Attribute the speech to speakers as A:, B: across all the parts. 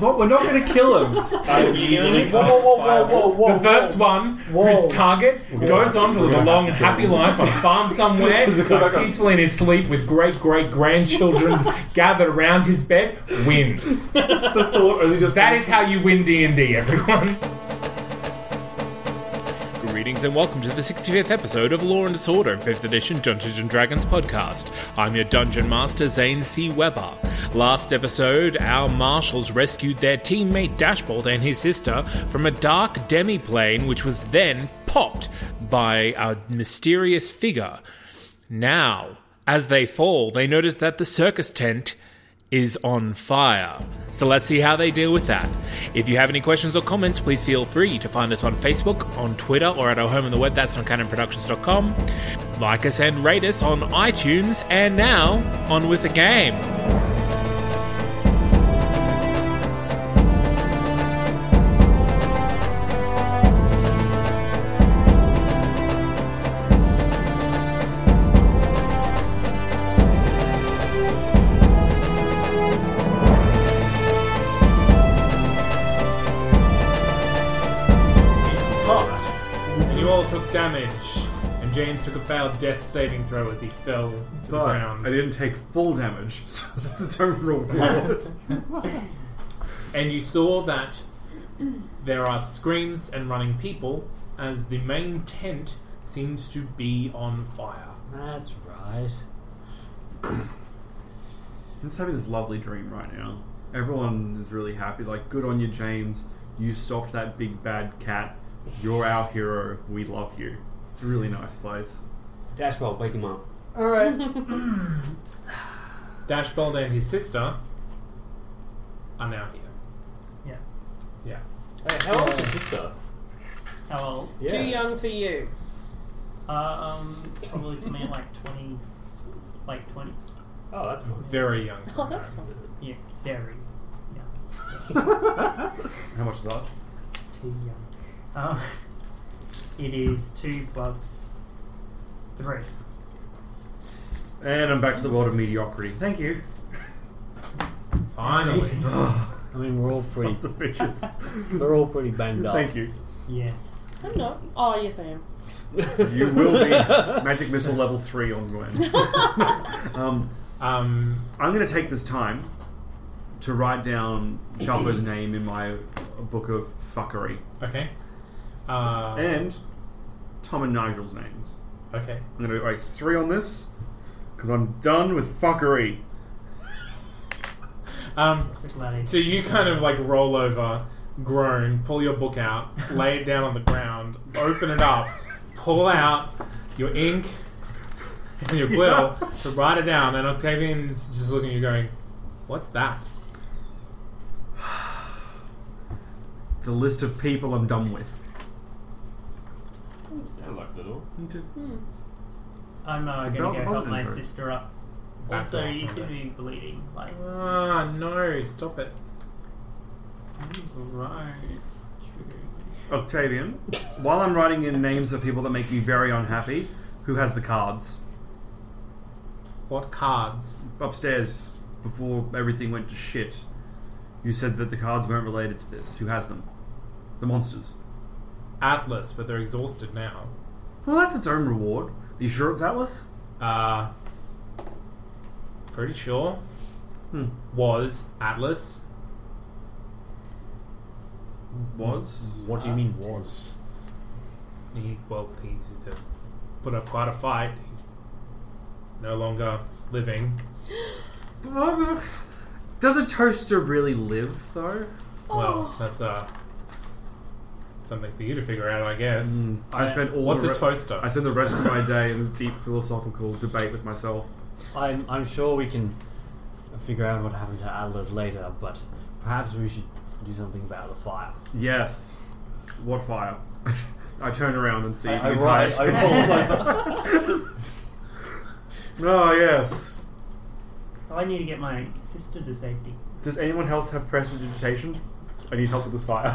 A: What? We're not going to kill him.
B: Whoa, whoa, whoa, whoa, whoa,
C: The first one, whose target goes on to live a long and happy life on a farm somewhere,
A: Does it go back up?
C: peacefully in his sleep with great great grandchildren gathered around his bed, wins.
A: the thought only just.
C: That is how you win D and D, everyone. Greetings and welcome to the 65th episode of Law and Disorder, 5th edition Dungeons and Dragons podcast. I'm your dungeon master, Zane C. Weber. Last episode, our marshals rescued their teammate Dashbolt and his sister from a dark demi-plane, which was then popped by a mysterious figure. Now, as they fall, they notice that the circus tent is on fire. So let's see how they deal with that. If you have any questions or comments, please feel free to find us on Facebook, on Twitter, or at our home on the web, that's on canonproductions.com. Like us and rate us on iTunes, and now on with the game. And you all took damage, and James took a failed death saving throw as he fell to the
A: But I didn't take full damage, so that's its own reward.
C: and you saw that there are screams and running people as the main tent seems to be on fire.
B: That's right.
A: I'm just having this lovely dream right now. Everyone is really happy. Like, good on you, James. You stopped that big bad cat. You're our hero. We love you. It's a really nice place.
B: Dashbolt, wake him up.
C: Dashbold and his sister are now here.
D: Yeah.
C: Yeah.
B: Hey, how old's your sister?
D: How old?
B: Yeah.
E: Too young for you.
D: Um, probably something in like 20, like 20s.
B: Oh, that's fine.
C: Very young.
E: Oh, that's fun.
D: Yeah, very. Yeah,
A: How much is that?
D: too young. Um, it is 2 plus 3.
A: And I'm back to the world of mediocrity.
D: Thank you.
C: Finally.
B: I mean, we're all pretty.
A: Sons of bitches.
B: We're all pretty banged up.
A: Thank you.
D: Yeah.
E: I'm not. Oh, yes, I am.
A: You will be magic missile level three on Gwen. um,
C: Um,
A: I'm going to take this time to write down Chapo's name in my book of fuckery
C: okay. Uh,
A: and Tom and Nigel's names.
C: okay.
A: I'm going to erase three on this because I'm done with fuckery.
C: Um,
D: Quick laddie.
C: So you kind of like roll over, groan, pull your book out, lay it down on the ground, open it up, pull out your ink and your quill to write it down, and Octavian's just looking at you going, What's that?
A: It's a list of people I'm done with.
B: Sound like little.
D: I'm uh,
A: The
D: gonna
A: belt
D: go help
A: wasn't
D: my
A: hurt.
D: sister up.
C: Back
D: Also,
C: off,
D: you seem to
C: okay.
D: be bleeding. Like,
C: Ah, no, stop it. Right.
A: Octavian, while I'm writing in names of people that make me very unhappy, who has the cards?
C: What cards?
A: Upstairs, before everything went to shit, you said that the cards weren't related to this. Who has them? The monsters.
C: Atlas, but they're exhausted now.
A: Well, that's its own reward. Are you sure it's Atlas?
C: Uh, pretty sure.
A: Hmm.
C: Was Atlas.
A: Was?
B: What do you mean was?
C: He, well, he's, he's a, put up quite a fight. He's no longer living.
A: Does a toaster really live, though?
C: Well, that's uh, something for you to figure out, I guess.
A: I spent all
C: Hmm. What's
A: the
C: a toaster?
A: Hmm. I spent the rest of my day in this deep philosophical debate with myself.
B: I'm, I'm sure we can figure out what happened to Adler's later, but perhaps we should do something about the fire.
A: Yes. What fire? I turn around and see the
B: I, I,
A: entire.
B: write, I roll my
A: oh yes.
D: I need to get my sister to safety.
A: Does anyone else have prestidigitation? I need help with this fire.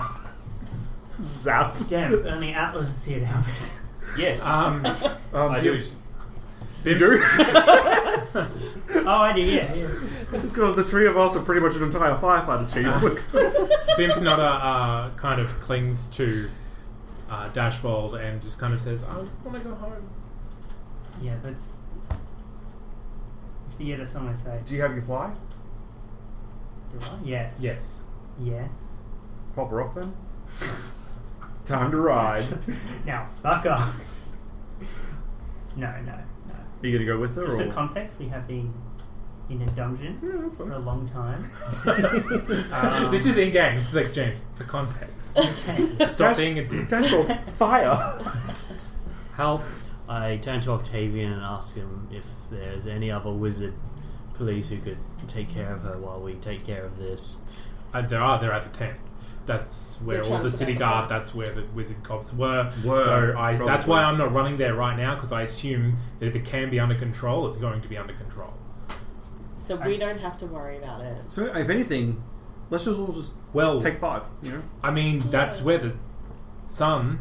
A: Zap.
D: Damn, if only Atlas is here to help us.
B: Yes.
C: Um,
A: Um,
C: I
A: you-
C: do. Bidu?
D: Oh, I do, yeah. yeah.
A: God, the three of us are pretty much an entire firefighter team.
C: Bimp Nutter uh, kind of clings to uh, Dashbold and just kind of says, I want to go home.
D: Yeah, that's. We have to get her somewhere safe.
A: do you have your fly?
D: Do I? Yes.
C: Yes.
D: Yeah.
A: Pop her off then. Time to ride.
D: Now, fuck off. no, no, no.
A: Are you gonna go with her
D: Just
A: or?
D: for context, we have been in a dungeon
A: yeah, that's
D: for
A: fine.
D: a long time.
A: Um,
C: Uh, this is in game. This is like James, for context. Stop being a dick.
A: Dashbold, fire.
B: Help. I turn to Octavian and ask him if there's any other wizard police who could take care of her while we take care of this.
C: Uh, there are, they're at the tent. That's where
E: They're
C: all the
E: trying to
C: city
E: find
C: guard,
E: out.
C: that's where the wizard cops were.
A: Were,
C: so I, that's
A: probably.
C: why I'm not running there right now, because I assume that if it can be under control, it's going to be under control.
E: So we don't have to worry about it.
A: So, if anything, let's just all just
C: Well,
A: take five. You know,
C: I mean, that's where the sun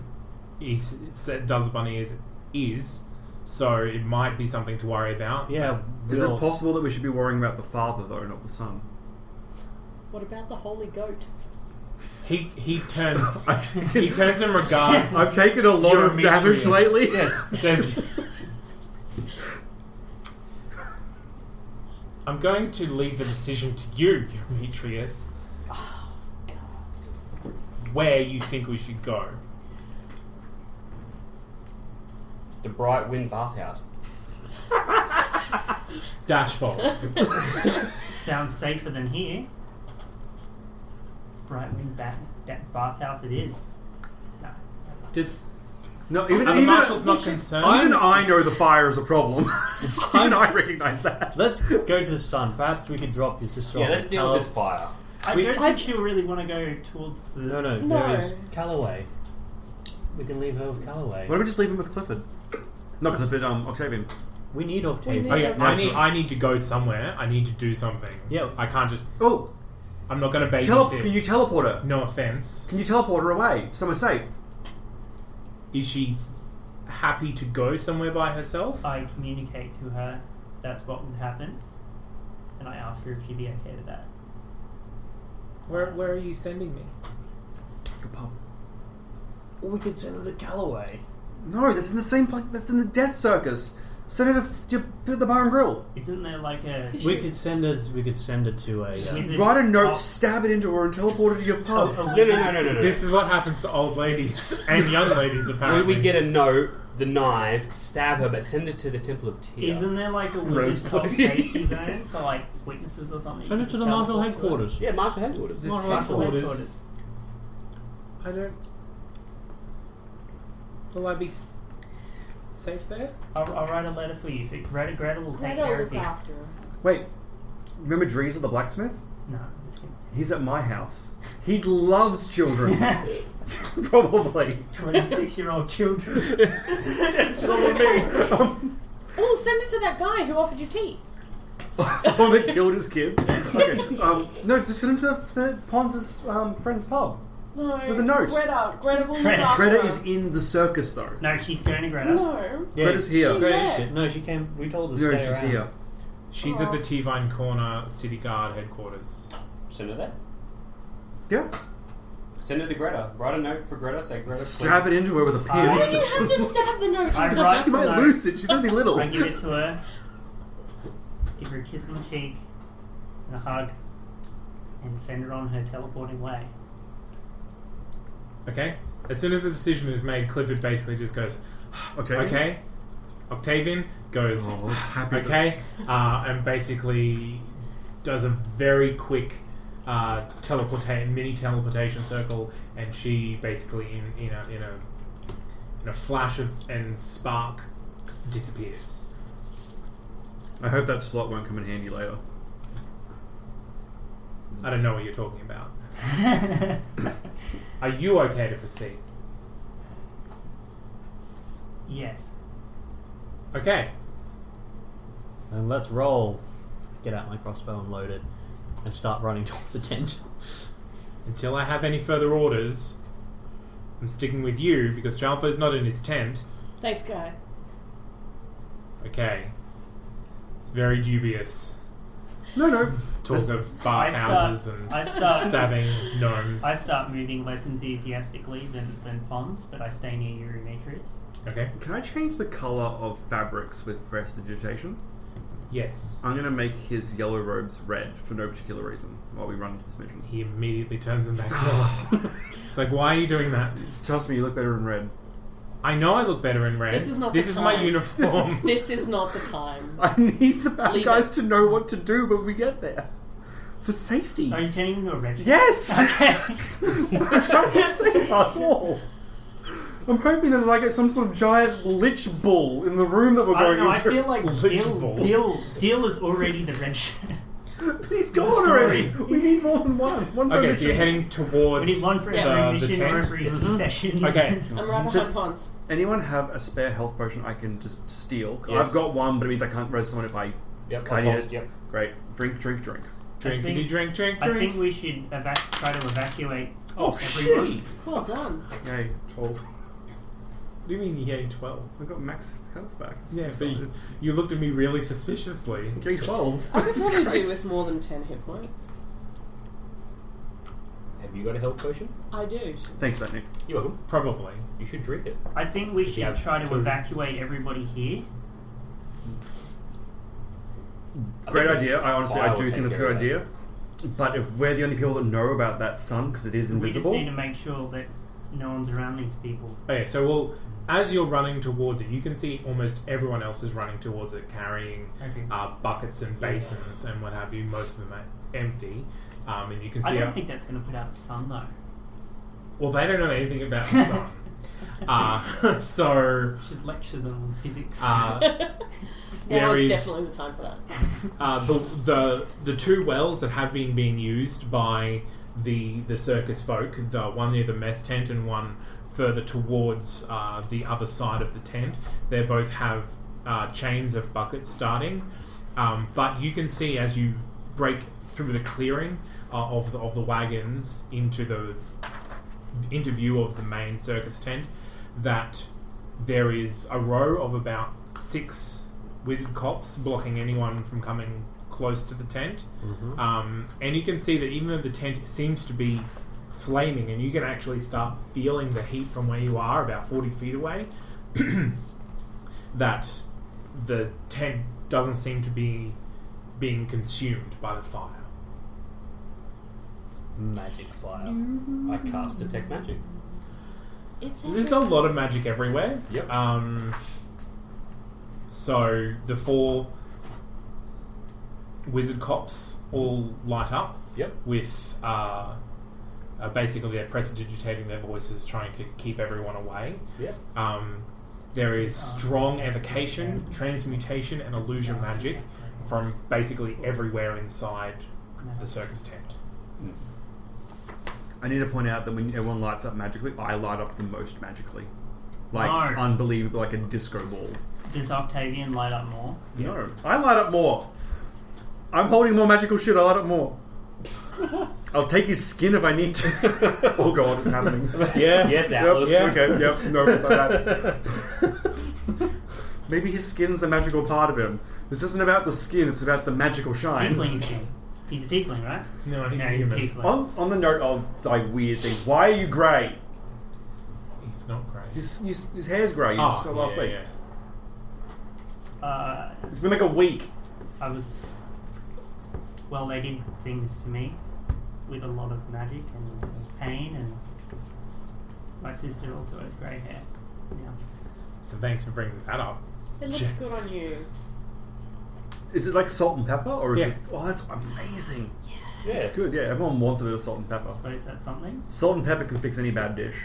C: is, said does bunny is, is, so it might be something to worry about.
B: Yeah,
A: is
B: we'll-
A: it possible that we should be worrying about the father though, not the son?
E: What about the holy goat?
C: He he turns he turns in regards
A: I've taken a lot of damage
C: Demetrius.
A: lately.
C: says I'm going to leave the decision to you, Demetrius. Where you think we should go.
F: The Bright Wind Bathhouse.
C: Dashbolt.
D: Sounds safer than here. Bright wing bat, that bathhouse it is. No.
C: Does
A: No, even,
C: are the
A: even,
C: marshals not concerned?
A: even I know the fire is a problem. even I recognise that.
B: Let's go to the sun. Perhaps we could drop your sister
F: Yeah,
B: off.
F: let's
B: at
F: deal with this
B: Callaway.
F: fire.
D: I don't think she'll really want to go towards the.
B: No, no,
E: No.
B: there is Callaway. We can leave her with Callaway.
A: Why don't we just leave him with Clifford? Not Clifford, um, Octavian.
B: We need Octavian.
E: We need-
C: Okay,
E: Yeah,
C: I
A: that's
C: need
A: right.
C: I need to go somewhere. I need to do something.
B: Yeah.
C: I can't just
A: Oh,
C: I'm not gonna babysit.
A: tele- can you teleport her?
C: no offense.
A: Can you teleport her away? Somewhere safe.
C: Is she happy to go somewhere by herself?
D: I communicate to her that's what would happen, and I ask her if she'd be okay with that.
C: Where where are you sending me?
B: We could send her to Callaway.
A: No, that's in the same place. That's in the Death Circus. Send her to f- your- to the Bar and Grill.
D: Isn't there like a
B: We could send her. We could send her to a. Uh,
D: wizard
A: Write a note,
C: Oh.
D: pub-
A: stab it into her, and teleport her to your
D: a-
A: pub.
D: a
F: No,
D: wizard-
F: no, no, no, no, no.
C: This is Oh, what happens to old ladies and young ladies
F: we,
C: apparently.
F: we get a note, the knife, stab her, but send her to the Temple of Tyr.
D: Isn't there like a
A: Rose
D: wizard pub
F: Place.
D: safety zone for like witnesses or something?
B: send her to the Marshal headquarters.
F: yeah, Marshal headquarters.
D: This
C: Marshal
D: Marshal
C: headquarters.
D: headquarters.
C: I don't. Will I be s- safe there?
D: I'll, I'll write a letter for you. If Greta, Greta will take
E: Greta will
D: care of
E: look
D: you.
E: after her.
A: Wait, remember Dries the blacksmith?
D: No, it's gonna
A: He's at my house. He loves children. Probably.
D: 26 year old children.
E: Oh, send it to that guy who offered you tea.
A: One that killed his kids. Okay. Um, no, just send him to the, the Ponz's um, friend's pub.
E: No.
A: With a note.
E: Greta. Greta will look
D: Greta.
E: after
A: Greta
E: her.
A: is in the circus, though.
D: No, she's going to Greta.
E: No.
B: Yeah,
A: Greta's here.
B: she
E: Greta
B: left.
E: left.
B: No, she came. We told her to
A: No,
B: stay
A: she's
B: around.
A: here.
C: She's at the T Vine Corner City Guard headquarters.
F: Send her there.
A: Yeah.
F: Send her to Greta. Write a note for Greta. Say Greta.
A: Stab it into her with a pin.
D: Why
E: Why do you have to stab the note?
D: I
E: into
D: write
A: she
D: the
A: might
D: note.
A: lose it. She's only little.
D: I give it to her. Give her a kiss on the cheek and a hug. And send her on her teleporting way.
C: Okay? As soon as the decision is made, Clifford basically just goes,
A: Okay.
C: Okay, Octavian, goes,
A: Oh, I was happy that-
C: okay, uh, and basically does a very quick uh, teleporta- mini teleportation circle, and she basically in, in a in a in a flash of and spark disappears.
A: I hope that slot won't come in handy later.
C: I don't know what you're talking about. Are you okay to proceed?
D: Yes.
C: Okay.
B: And let's roll. Get out my crossbow and load it, and start running towards the tent.
C: Until I have any further orders, I'm sticking with you because Jalfo's not in his tent.
E: Thanks, guy.
C: Okay. It's very dubious.
A: No, no.
C: Talk of
D: I
C: bathhouses
D: start-
C: and
D: I start-
C: stabbing gnomes.
D: I start moving less enthusiastically than, than Pons, but I stay near your matrix.
C: Okay.
A: Can I change the color of fabrics with prestidigitation?
C: Yes.
A: I'm going to make his yellow robes red for no particular reason while we run into this mission.
C: He immediately turns them back yellow. it's like, why are you doing that?
A: Trust me, you look better in red.
C: I know I look better in red.
E: This is not
C: This
E: the
C: is my
E: time.
C: uniform.
E: This is not the time.
A: I need the bad
E: Leave
A: guys to
E: it.
A: know what to do when we get there. For safety.
D: Are you turning into a regiment?
A: Yes!
D: Okay.
A: I'm trying to save us all. I'm hoping there's like some sort of giant lich bull in the room that we're
D: I don't
A: going
D: know, I
A: into.
D: feel like
A: lich
D: Dill,
A: bull.
D: Dill, Dill is already the red shirt.
A: He's gone already. We need more than one. One
C: okay, so
A: permission.
C: you're heading towards
D: We need one for
C: the,
D: every
C: the
D: mission or
C: tent. Mm-hmm.
D: every session.
C: Okay.
E: I'm right behind
A: Just-
E: Pons.
A: Anyone have a spare health potion I can just steal? 'Cause
F: Yes.
A: I've got one, but it means I can't res someone if I.
F: Yep,
A: I
F: I
A: need
F: tossed
A: it.
F: it, yep.
A: Great. Drink, drink, drink.
C: Drink,
D: I think-
C: drink, drink,
D: I
C: drink.
D: think we should eva- try to evacuate
A: Oh,
D: everyone.
A: shit!
E: Well done.
A: Yay, 12.
C: What do you mean you're getting 12?
A: I got max health back.
C: Yeah, so you, you looked at me really suspiciously.
A: Getting 12.
E: I could probably do with more than 10 hit points.
F: Have you got a health potion?
E: I do.
A: Thanks, Nick.
F: You're welcome.
C: Probably.
F: You should drink it.
D: I think we should
F: Yeah,
D: try to
F: two.
D: evacuate everybody here.
F: I
A: Great
F: think the
A: idea. I honestly, I
F: fire
A: do
F: will
A: think
F: take
A: that's a
F: care
A: good
F: of that.
A: idea. But if we're the only people that know about that sun because it is
D: We just
A: invisible,
D: need to make sure that no one's around these people.
C: Okay, so well, as you're running towards it, you can see almost everyone else is running towards it, carrying
D: Okay.
C: uh, buckets and basins and what have you. Most of them are empty, um, and you can see.
D: I
C: how-
D: don't think that's going to put out the sun though.
C: well, they don't know anything about the sun, uh, so
D: We should lecture them on physics.
C: uh,
E: Now
C: there
E: is
C: is
E: definitely the time for that.
C: uh, the, the the two wells that have been being used by the the circus folk, the one near the mess tent and one further towards uh, the other side of the tent. They both have uh, chains of buckets starting, um, but you can see as you break through the clearing uh, of the, of the wagons into the into view of the main circus tent that there is a row of about six wizard cops blocking anyone from coming close to the tent. Um, and you can see that even though the tent seems to be flaming, and you can actually start feeling the heat from where you are, about 40 feet away, that the tent doesn't seem to be being consumed by the fire.
F: Magic fire. I cast detect magic.
E: It's
C: There's a lot of magic everywhere.
F: Yep.
C: Um, so the four wizard cops all light up
F: Yep.
C: with uh, uh, basically they're prestidigitating their voices, trying to keep everyone away.
F: Yep.
C: Um, there is strong evocation, transmutation, and illusion magic from basically everywhere inside the circus tent.
A: I need to point out that when everyone lights up magically, I light up the most magically. Like,
D: No.
A: unbelievable, like a disco ball.
D: Does Octavian light up more?
A: No. I light up more. I'm holding more magical shit, I light up more. I'll take his skin if I need to. oh god, it's happening.
C: Yeah.
F: Yes,
A: Yep,
F: Alice.
A: yeah, okay, yep, no, about Maybe his skin's the magical part of him. This isn't about the skin, it's about the magical shine.
D: Tiefling is him. He's a tiefling, right?
C: No, he's
D: no,
C: a
D: he's a
C: human.
D: tiefling.
A: On, on the note of like weird things, why are you grey?
C: He's not great.
A: His, his, his hair's grey. You
C: Ah,
A: saw last
C: yeah,
A: week.
C: yeah.
D: Uh,
A: It's been like a week.
D: I was. Well, they did things to me with a lot of magic and pain, and my sister also has grey hair. Yeah.
C: So thanks for bringing that up.
E: It looks good on you.
A: Is it like salt and pepper, or is
F: Yeah.
A: it? Oh, that's amazing.
F: Yeah.
A: It's good. Yeah, everyone wants a bit of salt and pepper.
D: So is that something?
A: Salt and pepper can fix any bad dish.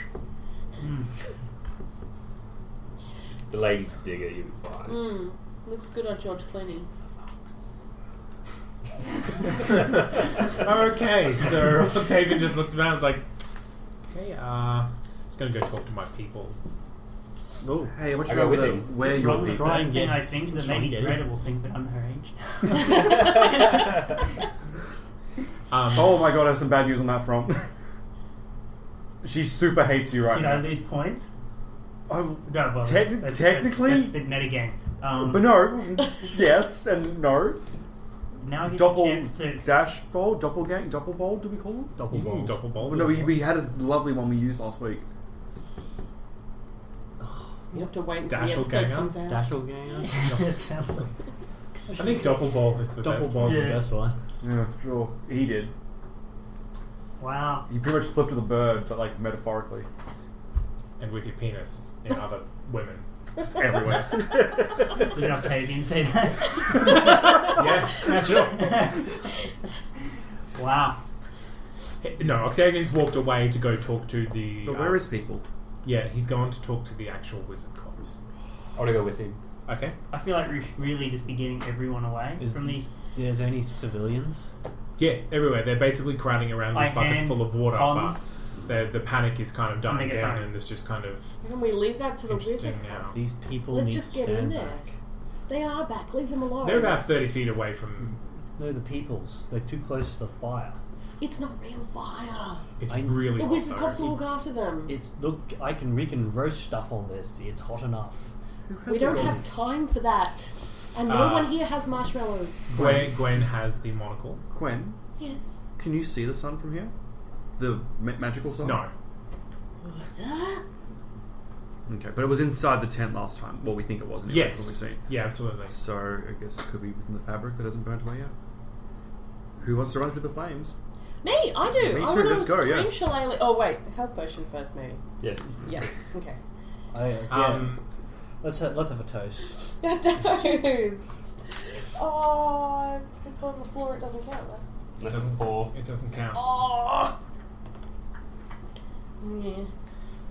F: The ladies dig it, you'll be fine.
E: Mm, looks good on George Clooney.
C: okay, so Octavian just looks around and is like, okay, uh, just gonna go talk to my people.
A: Oh, hey, what's
F: I
A: your
F: go with
A: the-
F: him.
A: where
D: One
A: your
D: of the
A: people?
B: try
D: first
B: and
D: thing
B: get-
D: I think is that
B: try and
D: maybe
B: get it.
D: Greta will think that I'm her age.
C: Um,
A: Oh my god, I have some bad news on that front. she super hates you right
D: Did I
A: now.
D: lose points?
A: Oh,
D: No,
A: Techni-
D: well, that's- that's-
A: technically-
D: that's, that's big metagame. Um,
A: but no, yes and no.
D: now he's a
A: Double
D: chance to
A: dash bowl, doppelgang, doppelbowl. Do we call them?
C: Doppelbold. Doppelbold.
A: Well, Oh, no, we, we had a lovely one we used last week.
E: You have to wait until
C: Dash
E: the
C: will
E: episode
C: gang up.
E: comes out.
B: Dashel Ganger?
D: That sounds like
C: I think Doppelbold is the best.
B: Doppelball's
D: Yeah.
B: the best one.
A: Yeah, sure. He did.
D: wow.
A: He pretty much flipped to the bird, but like metaphorically.
C: And with your penis in other women.
A: It's everywhere.
D: Did Octavian say that?
C: yeah, sure.
D: wow.
C: No, Octavian's walked away to go talk to the.
A: but
C: uh,
A: where is people?
C: Yeah, he's gone to talk to the actual wizard cops.
F: I want to go with him.
C: Okay.
D: I feel like we should really just be getting everyone away
B: Is
D: from these
B: There's only civilians.
C: Yeah, everywhere. They're basically crowding around
D: I
C: with buckets
D: hand
C: full of water,
D: cons.
C: but the, the panic is kind of dying
D: get
C: down,
D: back.
C: and it's just kind of
E: Can we leave that to the
C: interesting
E: wizard?
C: now.
B: These people
E: Let's
B: need
E: just
B: to
E: get
B: stand
E: in there.
B: back.
E: They are back. Leave them alone.
C: They're about 30 feet away from.
B: No, the peoples. They're too close to the fire.
E: It's not real fire.
C: It's
B: I-
C: really
E: The
C: hot,
E: wizard
C: though.
E: cops will look after them.
B: It's look. I can we can roast stuff on this. It's hot enough.
E: We don't have time for that. And no
C: Uh,
E: one here has marshmallows.
C: Gwen, Gwen has the monocle.
A: Gwen,
E: Yes.
A: can you see the sun from here? The ma- magical sun?
C: No.
A: Okay, but it was inside the tent last time. Well, we think it was. Anyway,
C: Yes.
A: What we seen.
C: Yeah, absolutely.
A: So I guess it could be within the fabric that hasn't burnt away yet. Who wants to run through the flames?
E: Me, I do.
A: Me
E: I
A: too,
E: want
A: let's
E: to
A: go,
E: scream
A: yeah.
E: shillelagh. Oh wait, health potion first, maybe.
F: Yes.
E: Yeah. Okay.
B: I, yeah.
C: Um,
B: let's have, let's have a toast.
E: Doze. Oh, if it's on the floor, it doesn't count. Right?
F: That's a four.
C: It doesn't count.
E: Oh. Yeah.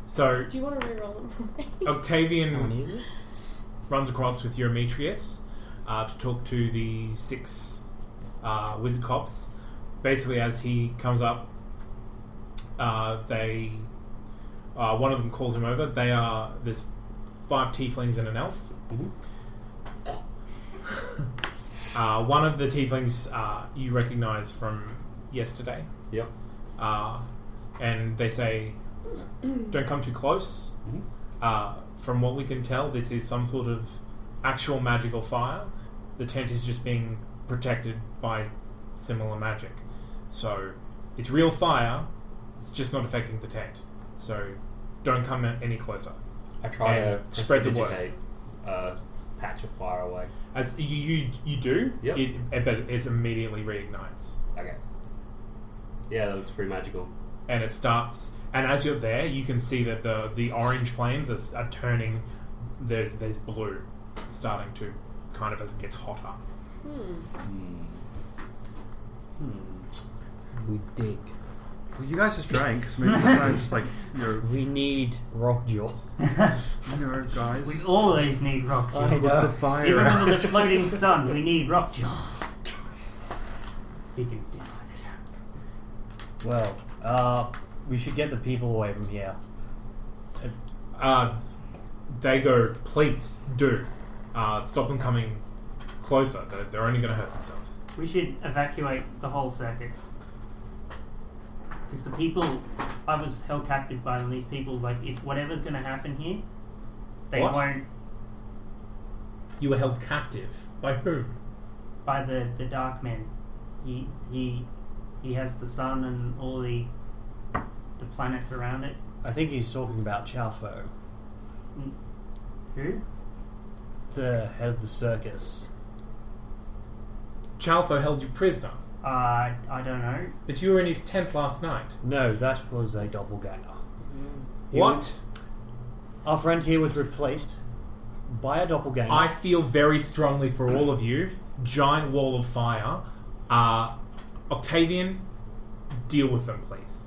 C: So
E: Do you want to reroll it for me?
B: How
C: Octavian
B: many is it?
C: runs across with Eurometrius uh, to talk to the six uh, wizard cops. Basically, as he comes up, uh, they uh, one of them calls him over. They are there's five tieflings and an elf. uh, one of the tieflings uh, you recognise from yesterday,
F: Yep.
C: uh, and they say, "Don't come too close."
F: Mm-hmm.
C: Uh, from what we can tell, this is some sort of actual magical fire. The tent is just being protected by similar magic. So it's real fire, it's just not affecting the tent. So don't come any closer.
F: I try
C: And
F: to
C: spread the word.
F: prestidigitate, Uh, patch of fire away.
C: As you you, you do,
F: Yep.
C: it, it- but it immediately reignites.
F: Okay. Yeah, that looks pretty magical.
C: and it starts. And as you're there, you can see that the the orange flames are, are turning. There's there's blue, starting to kind of as it gets hotter.
B: We dig.
A: Well, you guys just drank, so maybe just, try and just like, you know,
B: We need rock jewel.
A: you know, guys.
D: We always need rock
B: I
D: jewel.
A: the
B: know.
A: fire.
D: Even under the floating sun, we need rock jewel. He can deal with it.
B: Well, uh, we should get the people away from here.
C: Uh, they go, please do, uh, stop them coming closer. They're, they're only going to hurt themselves.
D: We should evacuate the whole circuit. Because the people, I was held captive by them. These people, like, if whatever's going to happen here, they
C: What?
D: won't.
C: You were held captive by whom?
D: By the the dark men, he he he has the sun and all the the planets around it.
B: I think he's talking about Chaufo,
D: Who?
B: the head of the circus.
C: Chalfo held you prisoner,
D: Uh, I don't know.
C: but you were in his tent last night.
B: No, that was a doppelganger.
C: What?
B: Our friend here was replaced by a doppelganger.
C: I feel very strongly for all of you. Giant wall of fire. Uh, Octavian, deal with them, please.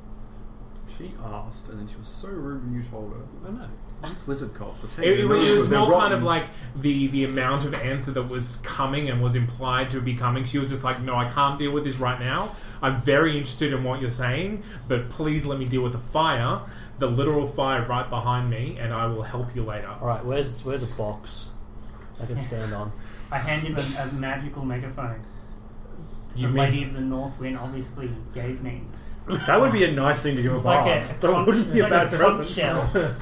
A: She asked, and then she was so rude when you told her. I know. These lizard cops are taking
C: It, it was, it was
A: they're
C: more kind
A: rotten.
C: of like the the amount of answer that was coming and was implied to be coming. She was just like, "No, I can't deal with this right now. I'm very interested in what you're saying, but please let me deal with the fire, the literal fire right behind me, and I will help you later."
B: All right, where's where's a box I can stand on?
D: I hand him a, a magical megaphone.
C: You
D: the
C: mean-
D: Lady of the North Wind obviously gave me.
A: That would be a nice thing to give a
D: It's like
A: bar.
D: a, a
A: that
D: conch,
A: wouldn't be
D: it's
A: a
D: like
A: bad
D: a conch
A: present.
D: shell.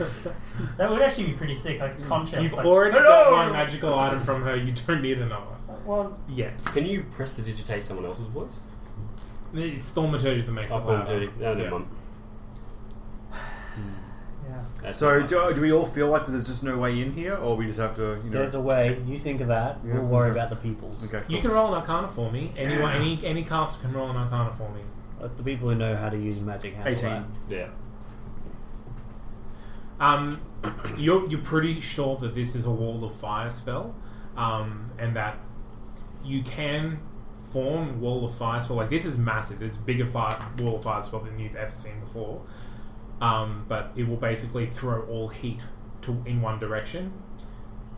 D: that would actually be pretty sick, like a conch shell.
C: You've
D: It's like,
C: already
D: "Hello!"
C: got one magical item from her. You don't need another.
D: Well,
C: Yeah,
F: Can you press to digitate someone else's voice?
C: it's thaumaturgy that makes
F: I
C: it
F: thought
C: louder.
F: dirty. No, never
C: Yeah.
F: mind.
D: yeah.
F: That's
A: So
F: not-
A: do, do we all feel like there's just no way in here, or we just have to, you know?
B: There's a way. You think of that.
A: Yeah.
B: We'll worry about the peoples.
A: okay, cool.
C: You can roll an Arcana for me. Anyone, any any caster can roll an Arcana for me.
B: Let Uh, the people who know how to use magic handle
A: 18.
B: that.
F: Yeah.
C: Um, you're you're pretty sure that this is a wall of fire spell, um, and that you can form wall of fire spell. Like this is massive. This is bigger fire wall of fire spell than you've ever seen before. Um, but it will basically throw all heat to in one direction.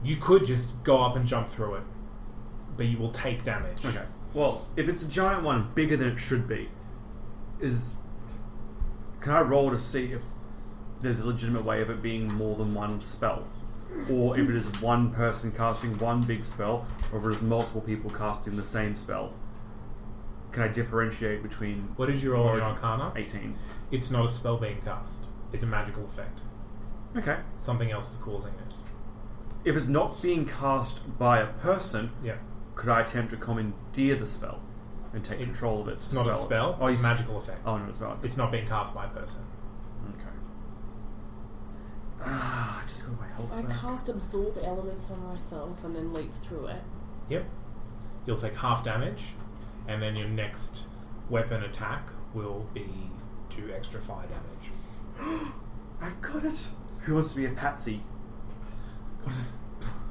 C: You could just go up and jump through it, but you will take damage.
A: Okay. Well, if it's a giant one, bigger than it should be, is can I roll to see if there's a legitimate way of it being more than one spell, or if it is one person casting one big spell, or if it is multiple people casting the same spell? Can I differentiate between
C: What did you roll on your Arcana?
A: eighteen?
C: It's not a spell being cast. It's a magical effect.
A: Okay.
C: Something else is causing this.
A: If it's not being cast by a person,
C: Yeah.
A: could I attempt to commandeer the spell and take
C: It-
A: control of it?
C: It's not a spell.
A: Oh,
C: it's a
A: you-
C: magical effect.
A: Oh no, it's not.
C: It's not being cast by a person.
A: Okay. Ah, I just got my health
E: I
A: back.
E: cast absorb elements on myself and then leap through it.
C: Yep. You'll take half damage, and then your next weapon attack will be two extra fire damage.
A: I've got it. Who wants to be a patsy?
D: So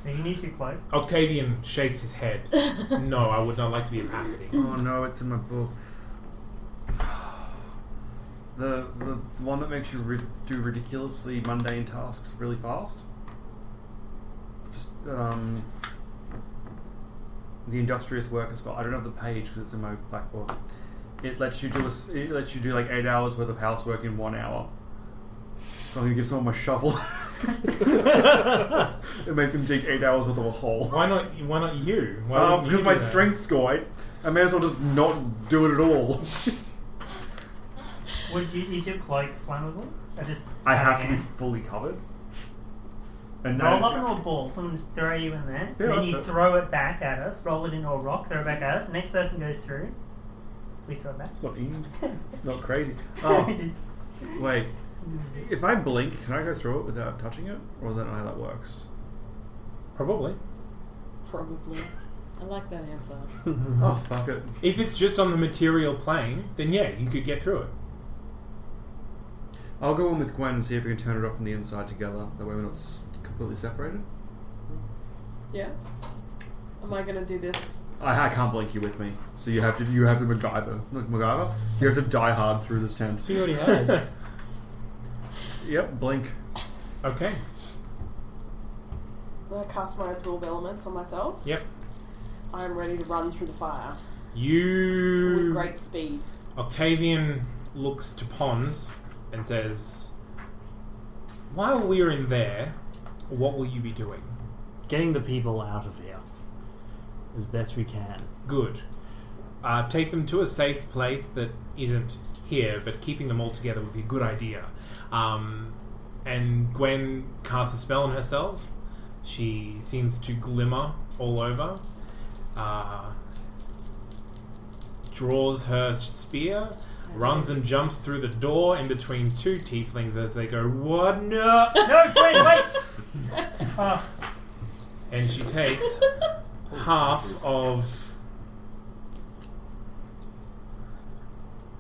D: you need to cloak.
C: Octavian shakes his head. no, I would not like to be a patsy.
A: Oh no, it's in my book. The the one that makes you ri- do ridiculously mundane tasks really fast. Just, um, the industrious worker spell. I don't have the page because it's in my black book. It lets you do a s it lets you do like eight hours worth of housework in one hour. So I'm gonna give someone my shovel and make them dig eight hours worth of a hole.
C: Why not? Why not you? Why
A: Um,
C: wouldn't you
A: because my
C: do that?
A: strength score, I, I may as well just not do it at all.
D: Would you, is your cloak flammable? I just.
A: I have to be
D: Okay.
A: fully covered. And
B: Oh,
D: Roll
A: now,
D: up into a ball. Someone just throw you in there.
A: Yeah,
D: then
A: that's
D: you
A: it.
D: throw it back at us. Roll it into a rock. Throw it back at us. Next person goes through. We throw it back.
A: it's not easy. It's not crazy. Oh,
D: Just-
A: wait. If I blink, can I go through it without touching it, or is that not how that works?
C: Probably.
E: Probably. I like that answer.
A: Oh, fuck it.
C: If it's just on the material plane, then yeah, you could get through it.
A: I'll go in with Gwen and see if we can turn it off from the inside together. That way we're not s- completely separated.
E: Yeah. Am I gonna do this?
A: I, I can't blink you with me, so you have to you have to MacGyver, like MacGyver. You have to die hard through this tent.
B: He already has.
A: Yep, blink.
C: Okay.
E: I cast my absorb elements on myself.
C: Yep.
E: I am ready to run through the fire with
C: You.
E: great speed.
C: Octavian looks to Pons and says, While we're in there, what will you be doing?
B: Getting the people out of here as best we can.
C: Good. Uh, take them to a safe place that isn't here, but keeping them all together would be a good idea. Um, and Gwen casts a spell on herself. She seems to glimmer all over. Uh, draws her spear, runs and jumps through the door in between two tieflings as they go, What? No! Uh,
D: no, wait, wait!
C: And she takes half of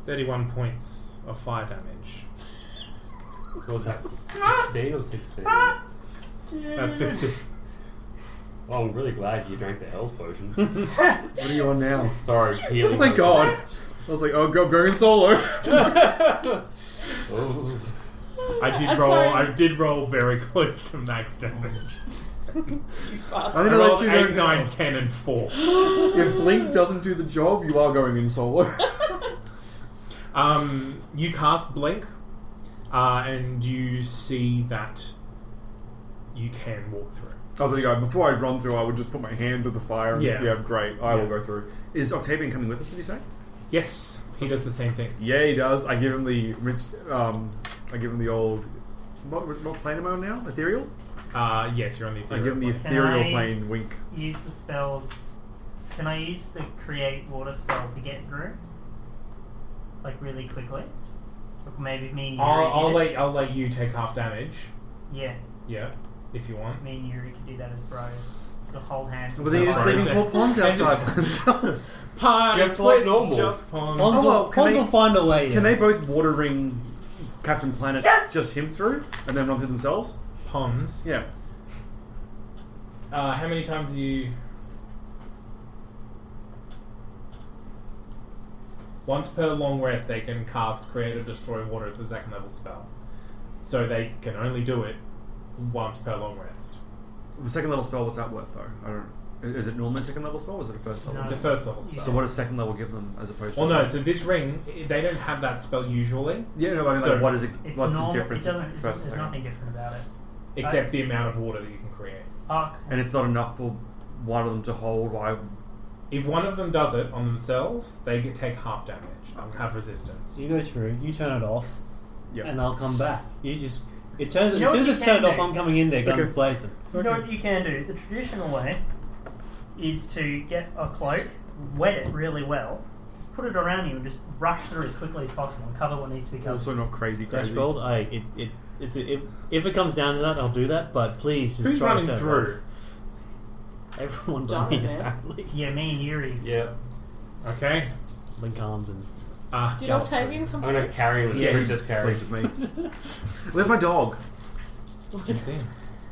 C: 31 points of fire damage.
A: Ah!
F: What was that? 15 or 16?
C: That's 50.
F: Well, Oh, I'm really glad you drank the health potion.
A: what are you on now?
F: Sorry, healing.
A: Oh my
F: potion.
A: god. I was like, oh, go, going solo.
C: I did
E: I'm
C: roll.
E: sorry.
C: I did roll very close to max damage.
A: I'm
C: I
A: gonna let
C: rolled
A: you know.
C: eight, nine, ten, and four.
A: If Blink doesn't do the job, you are going in solo.
C: Um, you cast blink, uh, and you see that you can walk through.
A: I was like, "Oh, before I run through, I would just put my hand to the fire and
C: Yeah.
A: yeah, great, I will
C: Yeah.
A: go through. Is Octavian coming with us? Did you say?
C: Yes, he does the same thing.
A: Yeah, he does. I give him the rich. Um, I give him the old. What, what plane am I on now? Ethereal.
C: Uh, yes, you're on the.
A: I give him the
C: ethereal plane.
A: ethereal
D: I-
A: plane wink.
D: Use the spell. Can I use the create water spell to get through? Like really quickly? Like maybe me and Yuri.
C: I'll,
D: could
C: I'll
D: do-
C: let I'll let you take half damage.
D: Yeah,
C: Yeah, if you want.
D: me and Yuri could do that as bros. The whole hand.
A: Well, then you're just
C: Sorry,
A: leaving
C: is it-
A: four pawns
C: I just-
A: outside by himself.
C: Pawns,
F: Just like normal.
C: Just pawns.
G: Pons,
A: Oh, well,
G: will,
A: can
G: Pons
A: they-
G: will find a way.
A: Can
G: in.
A: they both water ring Captain Planet?
D: Yes!
A: Just him through, and then run through themselves.
C: Pawns.
A: Yeah.
C: Uh, how many times do you? Once per long rest, they can cast Create or Destroy Water as a second level spell. So they can only do it once per long rest.
A: The second level spell. What's that worth though? I don't. Is it normally a second level spell, or is it a first level?
D: No.
C: It's a first level spell.
A: So what does second level give them as opposed to?
C: well, no. So this ring, they don't have that spell usually,
A: Yeah, no, I mean,
C: So-
A: like, what is it?
D: It's
A: what's
D: normal.
A: the difference?
D: It doesn't. It's,
A: first and
D: there's
A: second?
D: nothing different about it.
C: except the amount of water that you can create.
D: Oh,
A: And it's not enough for one of them to hold. Why?
C: If one of them does it on themselves, they get, take half damage. They'll have resistance.
G: You go through, you turn it off,
A: Yeah.
G: and I'll come back. You just. It turns. As
D: You know
G: soon
D: what
G: as
D: you
G: it's
D: can
G: turned off,
D: do?
G: I'm coming in there, guns
A: Okay.
G: blazing.
D: You know what you can do? The traditional way is to get a cloak, wet it really well, just put it around you, and just rush through as quickly as possible and cover what needs to be covered.
A: Also, not crazy.
G: Dash
A: crazy.
G: rolled. I it, it it's if if it comes down to that, I'll do that. But please, just
C: Who's
G: try to
C: running
G: turn it
C: through?
G: off. Everyone but
E: Darn
G: me,
E: it.
G: apparently.
D: Yeah, me and Yuri.
F: Yeah.
C: Okay.
G: Link arms and
C: Uh,
E: Did Octavian come
F: I'm going to carry with the
C: Yes.
F: princess carry.
A: Please with me. Where's my dog?
C: it's in.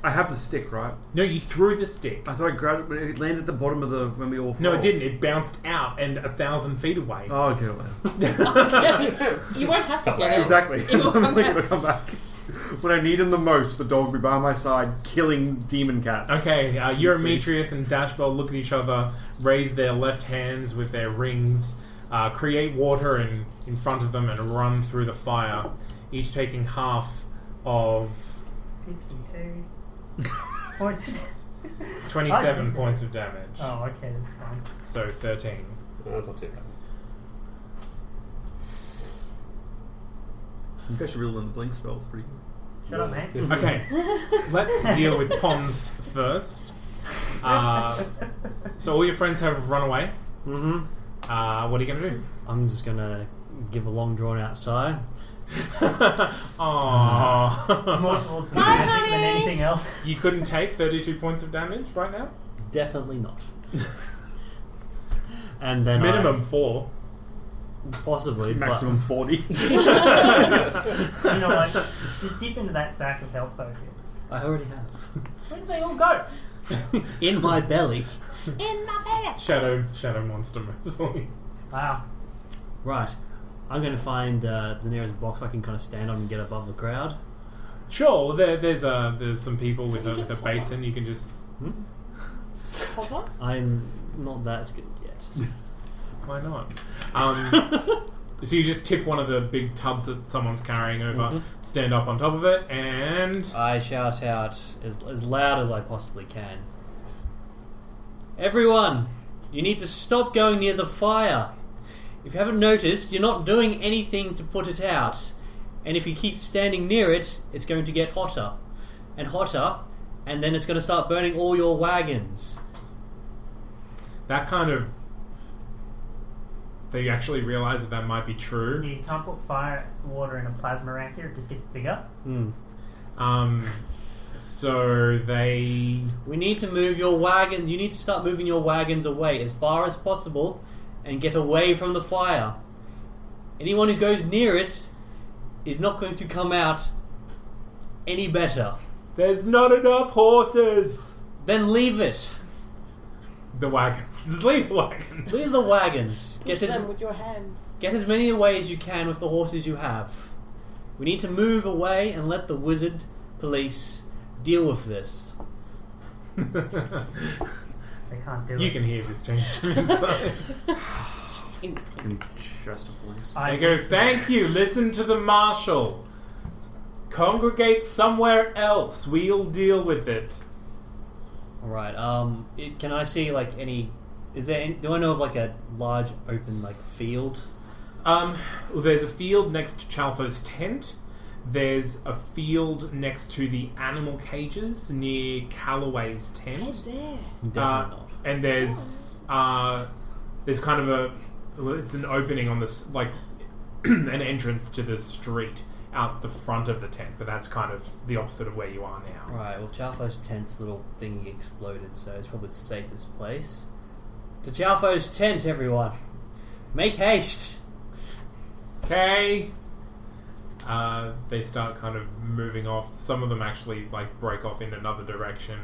A: I have the stick, right?
C: No, you threw the stick.
A: I thought I grabbed it, but it landed at the bottom of the when we all.
C: No,
A: fell.
C: it didn't. It bounced out and a thousand feet away.
A: Oh, okay. Well.
E: You won't have to get it.
A: Exactly.
E: It will
A: I'm
E: come
A: like,
E: back.
A: it'll come back. When I need him the most, the dog will be by my side, killing demon cats.
C: Okay, uh, Eurametrius
A: see.
C: and Dashbell look at each other, raise their left hands with their rings, uh, create water in, in front of them, and run through the fire, each taking half of
D: 52 points.
C: 27
D: Okay.
C: points of damage.
D: oh, okay, that's fine.
C: So 13.
F: No, that's not too bad.
A: You guys should really learn the blink spell. It's pretty good.
D: Shut up, mate.
C: Okay, let's deal with Pons first. Uh, so all your friends have run away.
G: hmm
C: Uh, what are you going to do?
G: I'm just gonna give a long drawn out sigh.
D: More
C: Aww.
D: towards the magic than
E: honey.
D: anything else.
C: you couldn't take 32 points of damage right now?
G: Definitely not. and then I-
C: Minimum four.
G: possibly,
A: Maximum forty.
D: You know what? Just dip into that sack of health potions.
G: but I already have
D: Where did they all go?
G: in my belly.
E: In my bed.
C: Shadow shadow monster mostly.
D: Wow.
G: Right. I'm going to find uh, the nearest box I can kind of stand on and get above the crowd.
C: Sure, there, there's uh, there's some people with
E: Can
C: a,
E: you
C: with
E: just
C: a
E: hold on?
C: basin. You can just
E: Hold on.
G: I'm not that skilled yet.
C: why not? Um, so you just tip one of the big tubs that someone's carrying over,
E: Mm-hmm.
C: stand up on top of it, and
G: I shout out as, as loud as I possibly can. Everyone, you need to stop going near the fire. If you haven't noticed, you're not doing anything to put it out. And if you keep standing near it, it's going to get hotter and hotter, and then it's going to start burning all your wagons.
C: that kind of. They actually realize that that might be true.
D: You can't put fire water in a plasma rack here, it just gets bigger.
E: Mm.
C: Um, so they
G: We need to move your wagon. You need to start moving your wagons away as far as possible and get away from the fire. Anyone who goes near it is not going to come out any better.
C: There's not enough horses.
G: Then leave it.
C: the wagons. Leave the wagons.
G: Leave the wagons.
E: Push
G: Get as,
E: them with your hands.
G: get as many away as you can with the horses you have. We need to move away and let the wizard police deal with this.
D: They can't do
C: you
D: it.
C: can hear this change from inside.
A: Just a police.
D: I
C: I go,
D: just-
C: thank you, listen to the marshal. Congregate somewhere else. We'll deal with it.
G: Alright, um, it, can I see, like, any. Is there any, do I know of like a large open like field?
C: Um, well, there's a field next to Chalfo's tent. There's a field next to the animal cages near Calloway's
E: Head
C: tent.
E: there.
G: Definitely
C: Uh,
G: not.
C: and there's uh, there's kind of a well, it's an opening on this like an entrance to the street out the front of the tent, but that's kind of the opposite of where you are now.
G: Right, well, Chalfo's tent's little thingy exploded, so it's probably the safest place. To Chalfo's tent, everyone! Make haste!
C: Okay. Uh, they start kind of moving off. Some of them actually like break off in another direction.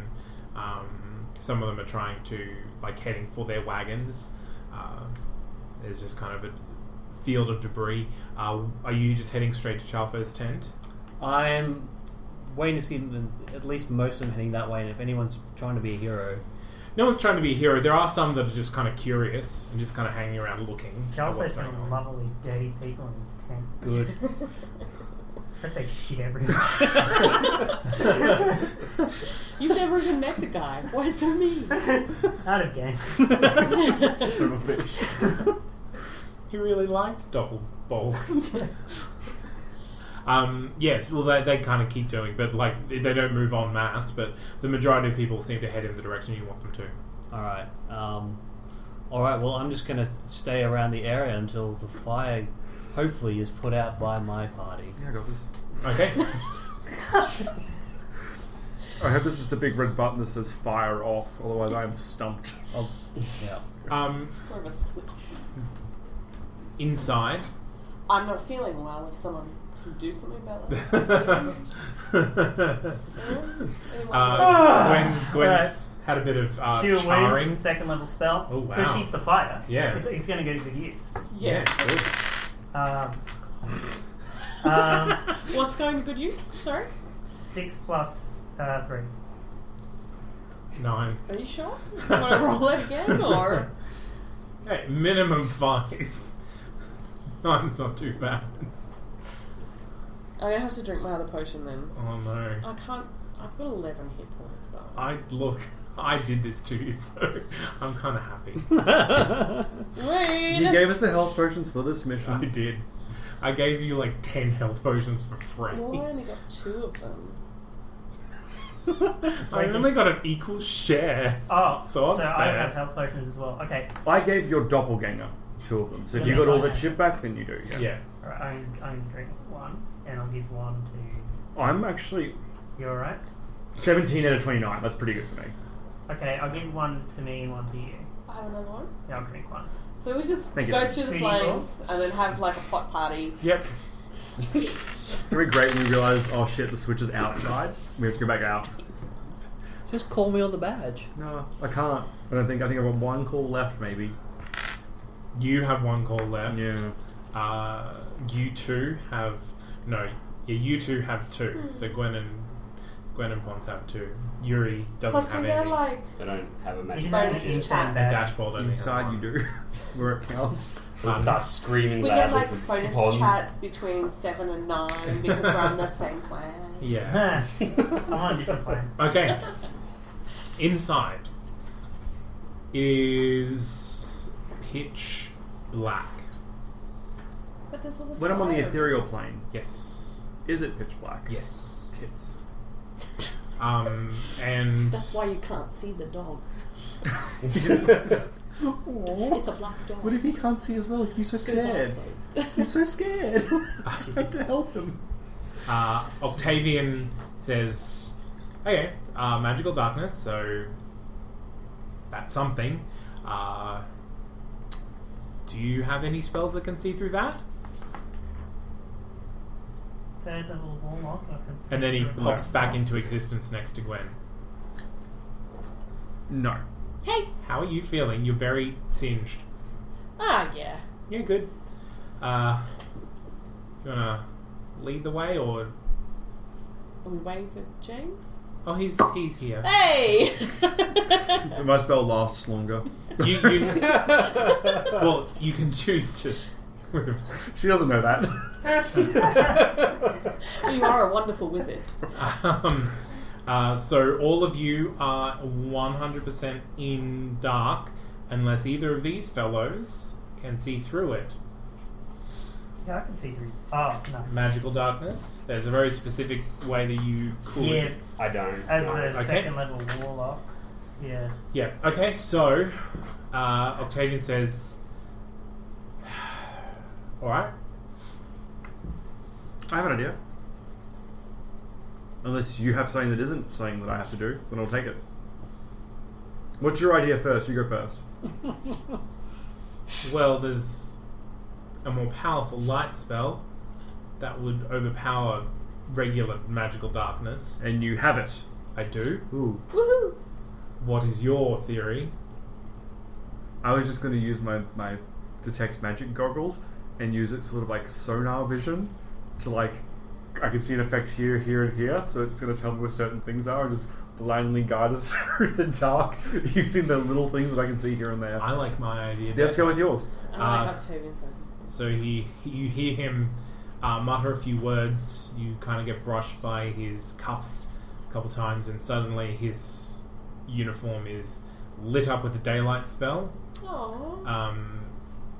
C: Um, some of them are trying to like heading for their wagons. Uh, there's just kind of a field of debris. Uh, are you just heading straight to Chalfo's tent?
G: I'm waiting to see them, at least most of them heading that way, and if anyone's trying to be a hero,
C: No one's trying to be a hero. There are some that are just kind of curious and just kind of hanging around looking. at
D: Charles
C: what's
D: has
C: going
D: been
C: on.
D: lovely, dirty people in his tent.
G: good.
D: Except they shit everywhere.
E: You've never even met the guy. Why is there me?
D: Out of game.
A: Son of a bitch.
C: He really liked double bowl. um, yes, well, they, they kind of keep doing, but like they they don't move en masse. But the majority of people seem to head in the direction you want them to.
G: Alright, um, alright, well, I'm just gonna stay around the area until the fire hopefully is put out by my party.
A: Yeah, I got this. I
C: Okay,
A: hope this is the big red button that says fire off, otherwise I am stumped.
G: Oh, yeah.
C: um,
E: It's more of a switch.
C: inside.
E: I'm not feeling well. If someone can do something about that. Anyone?
C: uh, Gwen's, Gwen's
D: Alright.
C: had a bit of uh,
D: Ah, She
C: charring.
D: awaits second level spell.
C: Oh, wow.
D: Because she's the fire.
C: Yeah.
D: It's, it's going to go to good use.
C: Yeah,
E: yeah.
C: cool.
D: Um, um,
E: What's going to good use? Sorry.
D: six plus uh, three.
C: nine.
E: Are you sure? Want to roll it again or?
C: Hey, minimum five. Nine's not too bad.
E: I don't have to drink my other potion then.
C: Oh no.
E: I can't. I've got 11 hit points. But
C: I look, I did this too, so I'm kind of happy.
E: Wait.
A: You gave us the health potions for this
C: I
A: mission.
C: did. I gave you like ten health potions for free.
E: well, I only got two of them.
C: I only got an equal share.
D: Oh,
C: So I'm
D: I
C: fair.
D: have health potions as well. Okay.
A: I gave your doppelganger two of them, so if you
D: Yeah.
A: got all the chip back, then you do. Yeah.
C: Yeah.
D: Alright, I'm, I'm going to drink one. And I'll give one to.
A: I'm actually
D: You alright?
A: 17 out of 29. That's pretty good for me.
D: Okay, I'll give one to me and one to you.
E: I have another one.
D: Yeah, I'll drink one.
E: So we just
A: Thank you.
E: go through the
D: Three people.
E: flames and then have like a pot party.
C: Yep.
A: It's really great when we realize, oh shit, the switch is outside. We have to go back out.
G: Just call me on the badge.
A: No, I can't. I don't think. I think I've got one call left, maybe.
C: You have one call left.
A: Yeah.
C: Uh, you two have no. Yeah, you two have two.
E: Hmm.
C: So Gwen and Gwen and Pons have two. Yuri doesn't
E: Plus
C: have
E: we
C: any.
E: get like
F: I don't have a
D: We
F: magic
D: can
E: Bonus
D: have an
E: attack.
D: intern badge.
C: Dashboard only has
A: Inside, you
C: one.
A: do. Where it counts.
F: I'll start screaming
E: we get
F: loudly
E: like
F: for,
E: bonus
F: for Pons.
E: chats between seven and nine because we're on the same plan.
C: Yeah.
D: I'm on a different plan.
C: Okay. Inside is pitch black.
E: But there's all this.
A: When I'm on the
E: fire.
A: ethereal plane,
C: Yes.
A: is it pitch black?
C: Yes.
A: Tits.
C: Um, and
E: That's why you can't see the dog. It's a black dog.
A: What if he can't see as well? He'd be so
E: It's got his eyes
A: scared.
E: closed.
A: He's so scared. I have to help him.
C: uh, Octavian says, "Okay, uh, magical darkness. So that's something. Uh, do you have any spells that can see through that?"
D: Third level warlock. I can see
C: And then he
D: through it.
C: pops back into existence next to Gwen.
A: No.
E: Hey.
C: How are you feeling? You're very singed.
E: Ah, yeah.
C: Yeah, good. Uh, you wanna lead the way, or
E: Are we waiting for James?
C: oh, he's he's here.
E: Hey!
A: So my spell lasts longer.
C: You, you well, you can choose to. move.
A: She doesn't know that.
E: you are a wonderful wizard.
C: Um, uh, so all of you are 100% in dark, unless either of these fellows can see through it.
D: Yeah, I can see through. Oh no.
C: Magical darkness. There's a very specific way that you could.
D: Yeah,
F: I don't.
D: as
F: No.
D: a
C: Okay.
D: second level warlock. Yeah.
C: Yeah, Okay. So uh, Octavian says, "All right,
A: I have an idea. Unless you have something that isn't something that I have to do, then I'll take it. What's your idea first? You go first.
C: Well, there's a more powerful light spell that would overpower regular magical darkness.
A: And you have it.
C: I do.
A: Ooh.
E: Woohoo!
C: What is your theory?
A: I was just going to use my, my detect magic goggles and use it sort of like sonar vision to like. I can see an effect here, here, and here, so it's going to tell me where certain things are and just blindly guide us through the dark using the little things that I can see here and there.
C: I like my idea.
A: Let's go with yours.
E: I
C: Uh,
E: like Octavian's idea.
C: So he, you hear him uh, mutter a few words. You kind of get brushed by his cuffs a couple times, and suddenly his uniform is lit up with a daylight spell.
E: Aww.
C: Um,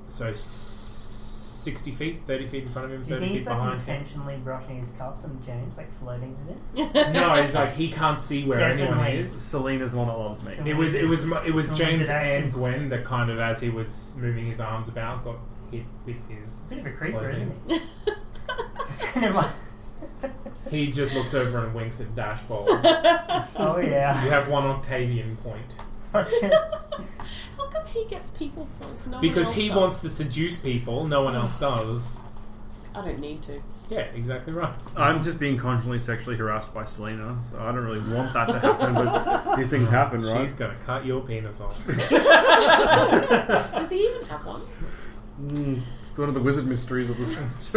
C: so s- sixty feet, thirty feet in front of him,
D: Do you
C: thirty
D: think
C: feet
D: he's like
C: behind. him.
D: intentionally brushing his cuffs and James like flirting with it?
C: No, it's like he can't see where anyone
D: Definitely.
C: is.
A: Selena's the one that loves me.
C: It was it was mu- it was
D: Someone
C: James
D: did act-
C: and Gwen that kind of as he was moving his arms about got hit with his.
D: Bit of a creeper,
C: Flirting.
D: isn't he? Never mind.
C: He just looks over and winks at Dashball.
D: oh
C: you
D: yeah.
C: have one Octavian point
E: How come he gets people points? No one
C: because
E: else
C: he
E: does?
C: wants to seduce people. No one else does.
E: I don't need to.
C: Yeah, exactly right.
A: I'm just being constantly sexually harassed by Selena, so I don't really want that to happen, but these things happen, right?
C: She's gonna cut your penis off.
E: Does he even have one?
A: Mm, it's one of the wizard mysteries of, the,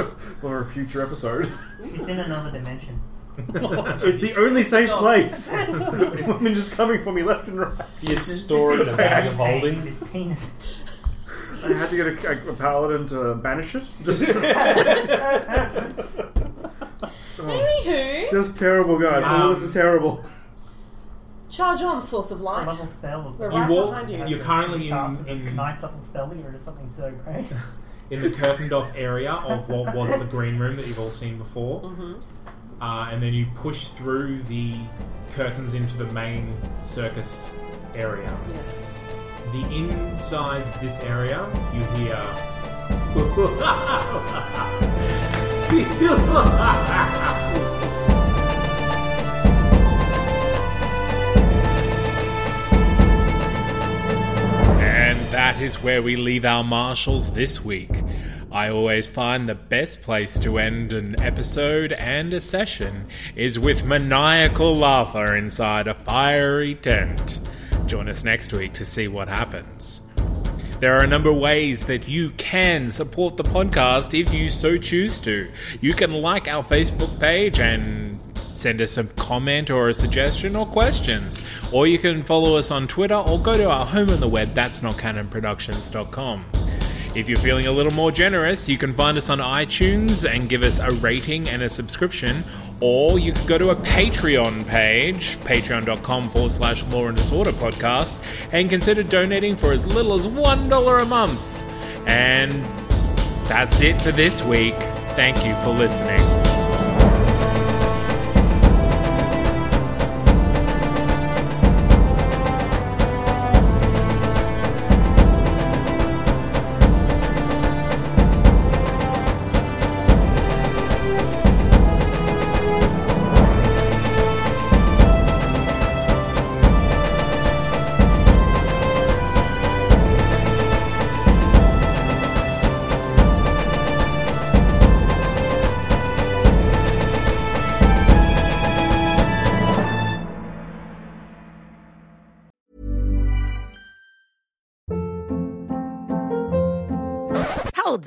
A: of our future episode.
D: It's in another dimension.
A: it's the only safe place! Women just coming for me left and right.
F: Do you store it in a bag of
D: Hey,
F: holding?
D: His penis.
A: I had to get a, a paladin to banish it. Just,
E: Anywho,
A: just terrible, guys. All this is terrible.
E: charge on, source of
D: What
E: light.
D: level spell was
E: We're
D: that?
E: right
C: walk-
E: behind you.
C: You're currently
D: Cast as
C: in
D: a
C: in,
D: ninth level spell or something so great.
C: in the curtained off area of what was the green room that you've all seen before,
E: Mm-hmm.
C: uh, and then you push through the curtains into the main circus area.
E: Yes.
C: The inside of this area, you hear.
B: And that is where we leave our marshals this week. I always find the best place to end an episode and a session is with maniacal laughter inside a fiery tent. Join us next week to see what happens. There are a number of ways that you can support the podcast if you so choose to. You can like our Facebook page and send us a comment or a suggestion or questions. Or you can follow us on Twitter or go to our home on the web, that's notcanonproductions.com. If you're feeling a little more generous, you can find us on iTunes and give us a rating and a subscription, or you can go to a Patreon page, patreon.com forward slash law and disorder podcast, and consider donating for as little as $1 a month. And that's it for this week. Thank you for listening.
E: Hold